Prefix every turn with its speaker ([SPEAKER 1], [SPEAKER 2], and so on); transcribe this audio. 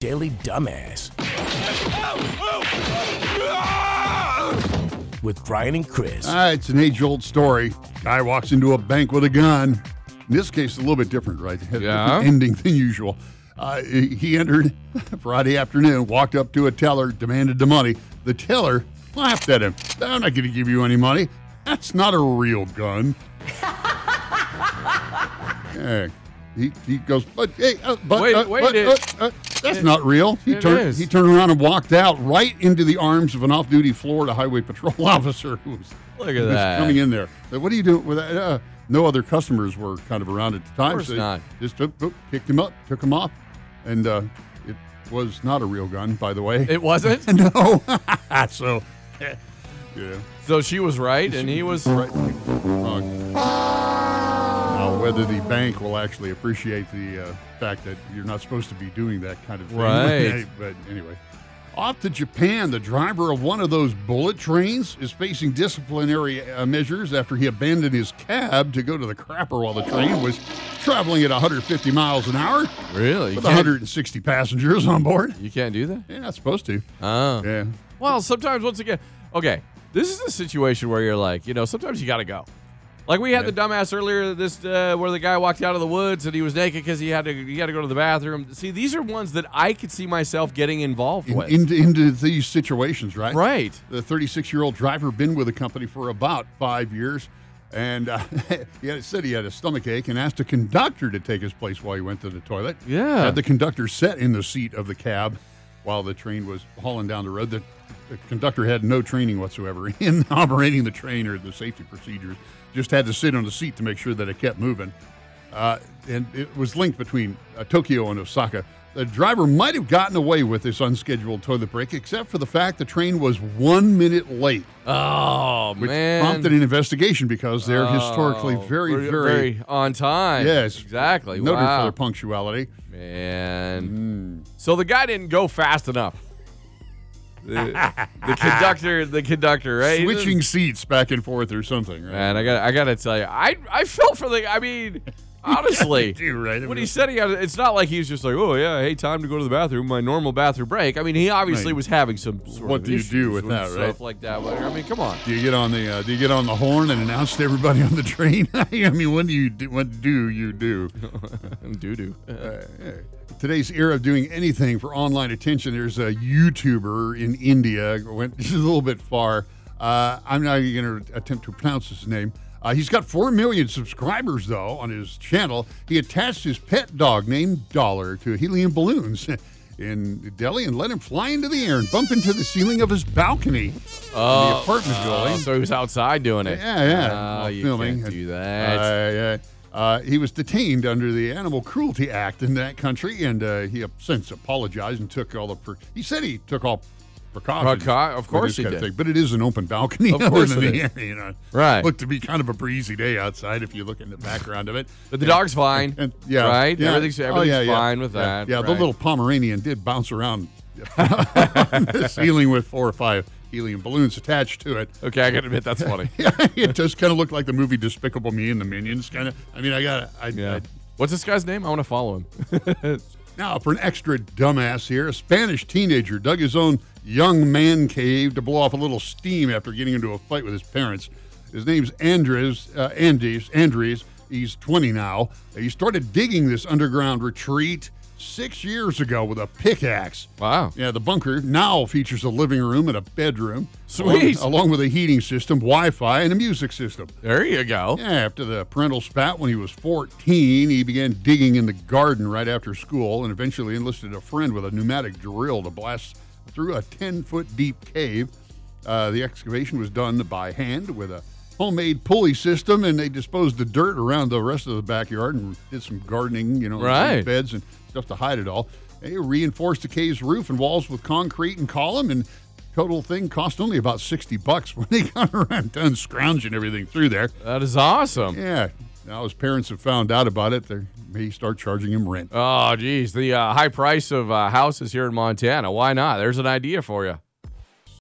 [SPEAKER 1] Daily Dumbass
[SPEAKER 2] Ah!
[SPEAKER 1] with Brian and Chris.
[SPEAKER 3] Ah, it's an age old story. Guy walks into a bank with a gun. In this case, a little bit different, right? It had a
[SPEAKER 2] Yeah.
[SPEAKER 3] different ending than usual. Uh, he he entered Friday afternoon, walked up to a teller, demanded the money. The teller laughed at him. I'm not going to give you any money. That's not a real gun. Eh, He, he goes, but hey, uh, but
[SPEAKER 2] Wait-
[SPEAKER 3] uh,
[SPEAKER 2] wait
[SPEAKER 3] but,
[SPEAKER 2] it-
[SPEAKER 3] uh, uh, that's not real. He
[SPEAKER 2] it
[SPEAKER 3] turned
[SPEAKER 2] is.
[SPEAKER 3] he turned around and walked out right into the arms of an off-duty Florida Highway Patrol officer who was
[SPEAKER 2] Look at
[SPEAKER 3] who was
[SPEAKER 2] that.
[SPEAKER 3] coming in there. Like, what are you doing with that? Uh, no other customers were kind of around at the time.
[SPEAKER 2] course
[SPEAKER 3] so they
[SPEAKER 2] not.
[SPEAKER 3] Just took, took- picked him up, took him off, and uh, it was not a real gun, by the way.
[SPEAKER 2] It wasn't.
[SPEAKER 3] no, so eh, yeah.
[SPEAKER 2] So she was right, and he was.
[SPEAKER 3] Right. Uh, now, whether the bank will actually appreciate the uh, fact that you're not supposed to be doing that kind of thing.
[SPEAKER 2] Right.
[SPEAKER 3] but anyway. Off to Japan, the driver of one of those bullet trains is facing disciplinary uh, measures after he abandoned his cab to go to the crapper while the train was traveling at 150 miles an hour
[SPEAKER 2] Really? You
[SPEAKER 3] with
[SPEAKER 2] can't,
[SPEAKER 3] 160 passengers on board.
[SPEAKER 2] you can't do that?
[SPEAKER 3] Yeah, not supposed to.
[SPEAKER 2] Oh.
[SPEAKER 3] Yeah.
[SPEAKER 2] Well, sometimes, once again, okay, this is a situation where you're like, you know, sometimes you got to go. Like we had the dumbass earlier this uh, where the guy walked out of the woods and he was naked because he had to he had to go to the bathroom. See, these are ones that I could see myself getting involved
[SPEAKER 3] In,
[SPEAKER 2] with.
[SPEAKER 3] into, into these situations, right?
[SPEAKER 2] right.
[SPEAKER 3] the 36 year old driver been with the company for about five years and uh, he had, said he had a stomach ache and asked a conductor to take his place while he went to the toilet
[SPEAKER 2] Yeah.
[SPEAKER 3] had the conductor sat in the seat of the cab while the train was hauling down the road the, the conductor had no training whatsoever in operating the train or the safety procedures just had to sit on the seat to make sure that it kept moving uh, and it was linked between uh, Tokyo and Osaka. The driver might have gotten away with this unscheduled toilet break, except for the fact the train was one minute late,
[SPEAKER 2] Oh
[SPEAKER 3] which
[SPEAKER 2] man.
[SPEAKER 3] prompted an investigation because they're historically
[SPEAKER 2] Oh,
[SPEAKER 3] very, very,
[SPEAKER 2] on time.
[SPEAKER 3] yes,
[SPEAKER 2] Exactly.
[SPEAKER 3] noted for
[SPEAKER 2] wow.
[SPEAKER 3] their punctuality.
[SPEAKER 2] Man.
[SPEAKER 3] Mm.
[SPEAKER 2] So the guy didn't go fast enough. The, the conductor, the conductor, right?
[SPEAKER 3] Switching seats back and forth or something, right?
[SPEAKER 2] Man, I got, I got to tell you, I, I felt for the. I mean, honestly,
[SPEAKER 3] do, right? I mean,
[SPEAKER 2] when he said he had, it's not like he was just like, oh yeah, hey, time to go to the bathroom, my normal bathroom break. I mean, he obviously
[SPEAKER 3] Right.
[SPEAKER 2] was having some. Sort
[SPEAKER 3] What
[SPEAKER 2] of
[SPEAKER 3] do you do
[SPEAKER 2] issues
[SPEAKER 3] with that,
[SPEAKER 2] stuff
[SPEAKER 3] right?
[SPEAKER 2] like that. But, I mean, come on.
[SPEAKER 3] Do you get on the uh, Do you get on the horn and announce to everybody on the train? I mean, what do you do? What do you do?
[SPEAKER 2] Doo doo.
[SPEAKER 3] today's era of doing anything for online attention, there's a YouTuber in India went just a little bit far. Uh, I'm not even going to attempt to pronounce his name. Uh, he's got four million subscribers though on his channel. He attached his pet dog named Dollar to helium balloons in Delhi and let him fly into the air and bump into the ceiling of his balcony in the apartment building.
[SPEAKER 2] so he was outside doing it.
[SPEAKER 3] Yeah, yeah.
[SPEAKER 2] Oh,
[SPEAKER 3] while
[SPEAKER 2] you
[SPEAKER 3] filming.
[SPEAKER 2] can't do that.
[SPEAKER 3] Uh, yeah. Uh, he was detained under the Animal Cruelty Act in that country, and uh, he have since apologized and took all the. Pre- he said he took all precautions.
[SPEAKER 2] Precau- of
[SPEAKER 3] with
[SPEAKER 2] course
[SPEAKER 3] this
[SPEAKER 2] he
[SPEAKER 3] kind of
[SPEAKER 2] did.
[SPEAKER 3] thing, but it is an open balcony.
[SPEAKER 2] Of
[SPEAKER 3] other
[SPEAKER 2] course
[SPEAKER 3] than
[SPEAKER 2] it
[SPEAKER 3] the
[SPEAKER 2] is.
[SPEAKER 3] area, you know.
[SPEAKER 2] Right.
[SPEAKER 3] Looked to be kind of a breezy day outside if you look in the background of it.
[SPEAKER 2] But the dog's fine,
[SPEAKER 3] And, yeah.
[SPEAKER 2] right?
[SPEAKER 3] Yeah.
[SPEAKER 2] Everything's,
[SPEAKER 3] Oh,
[SPEAKER 2] everything's
[SPEAKER 3] yeah, yeah.
[SPEAKER 2] fine with
[SPEAKER 3] Yeah.
[SPEAKER 2] that.
[SPEAKER 3] Yeah, the
[SPEAKER 2] right.
[SPEAKER 3] little Pomeranian did bounce around on the ceiling with four or five helium balloons attached to it.
[SPEAKER 2] Okay, I gotta admit that's funny.
[SPEAKER 3] Yeah, it does kind of look like the movie Despicable Me and the Minions. Kind of. I mean, I got. I,
[SPEAKER 2] Yeah.
[SPEAKER 3] I,
[SPEAKER 2] What's this guy's name? I want to follow him.
[SPEAKER 3] now for an extra dumbass here, a Spanish teenager dug his own young man cave to blow off a little steam after getting into a fight with his parents. His name's Andres uh, Andes Andres. He's 20 now. He started digging this underground retreat six years ago with a pickaxe.
[SPEAKER 2] Wow.
[SPEAKER 3] Yeah, the bunker now features a living room and a bedroom,
[SPEAKER 2] Sweet.
[SPEAKER 3] along, along with a heating system, Wi-Fi, and a music system.
[SPEAKER 2] There you go.
[SPEAKER 3] Yeah, after the parental spat when he was 14, he began digging in the garden right after school and eventually enlisted a friend with a pneumatic drill to blast through a 10 foot deep cave. Uh, the excavation was done by hand with a homemade pulley system, and they disposed the dirt around the rest of the backyard and did some gardening, you know,
[SPEAKER 2] Right.
[SPEAKER 3] beds and stuff to hide it all. They reinforced the cave's roof and walls with concrete and column, and total thing cost only about 60 bucks when they got around done scrounging everything through there.
[SPEAKER 2] That is awesome.
[SPEAKER 3] Yeah. Now his parents have found out about it. They may start charging him rent.
[SPEAKER 2] Oh, geez. The uh, high price of uh, houses here in Montana. Why not? There's an idea for you.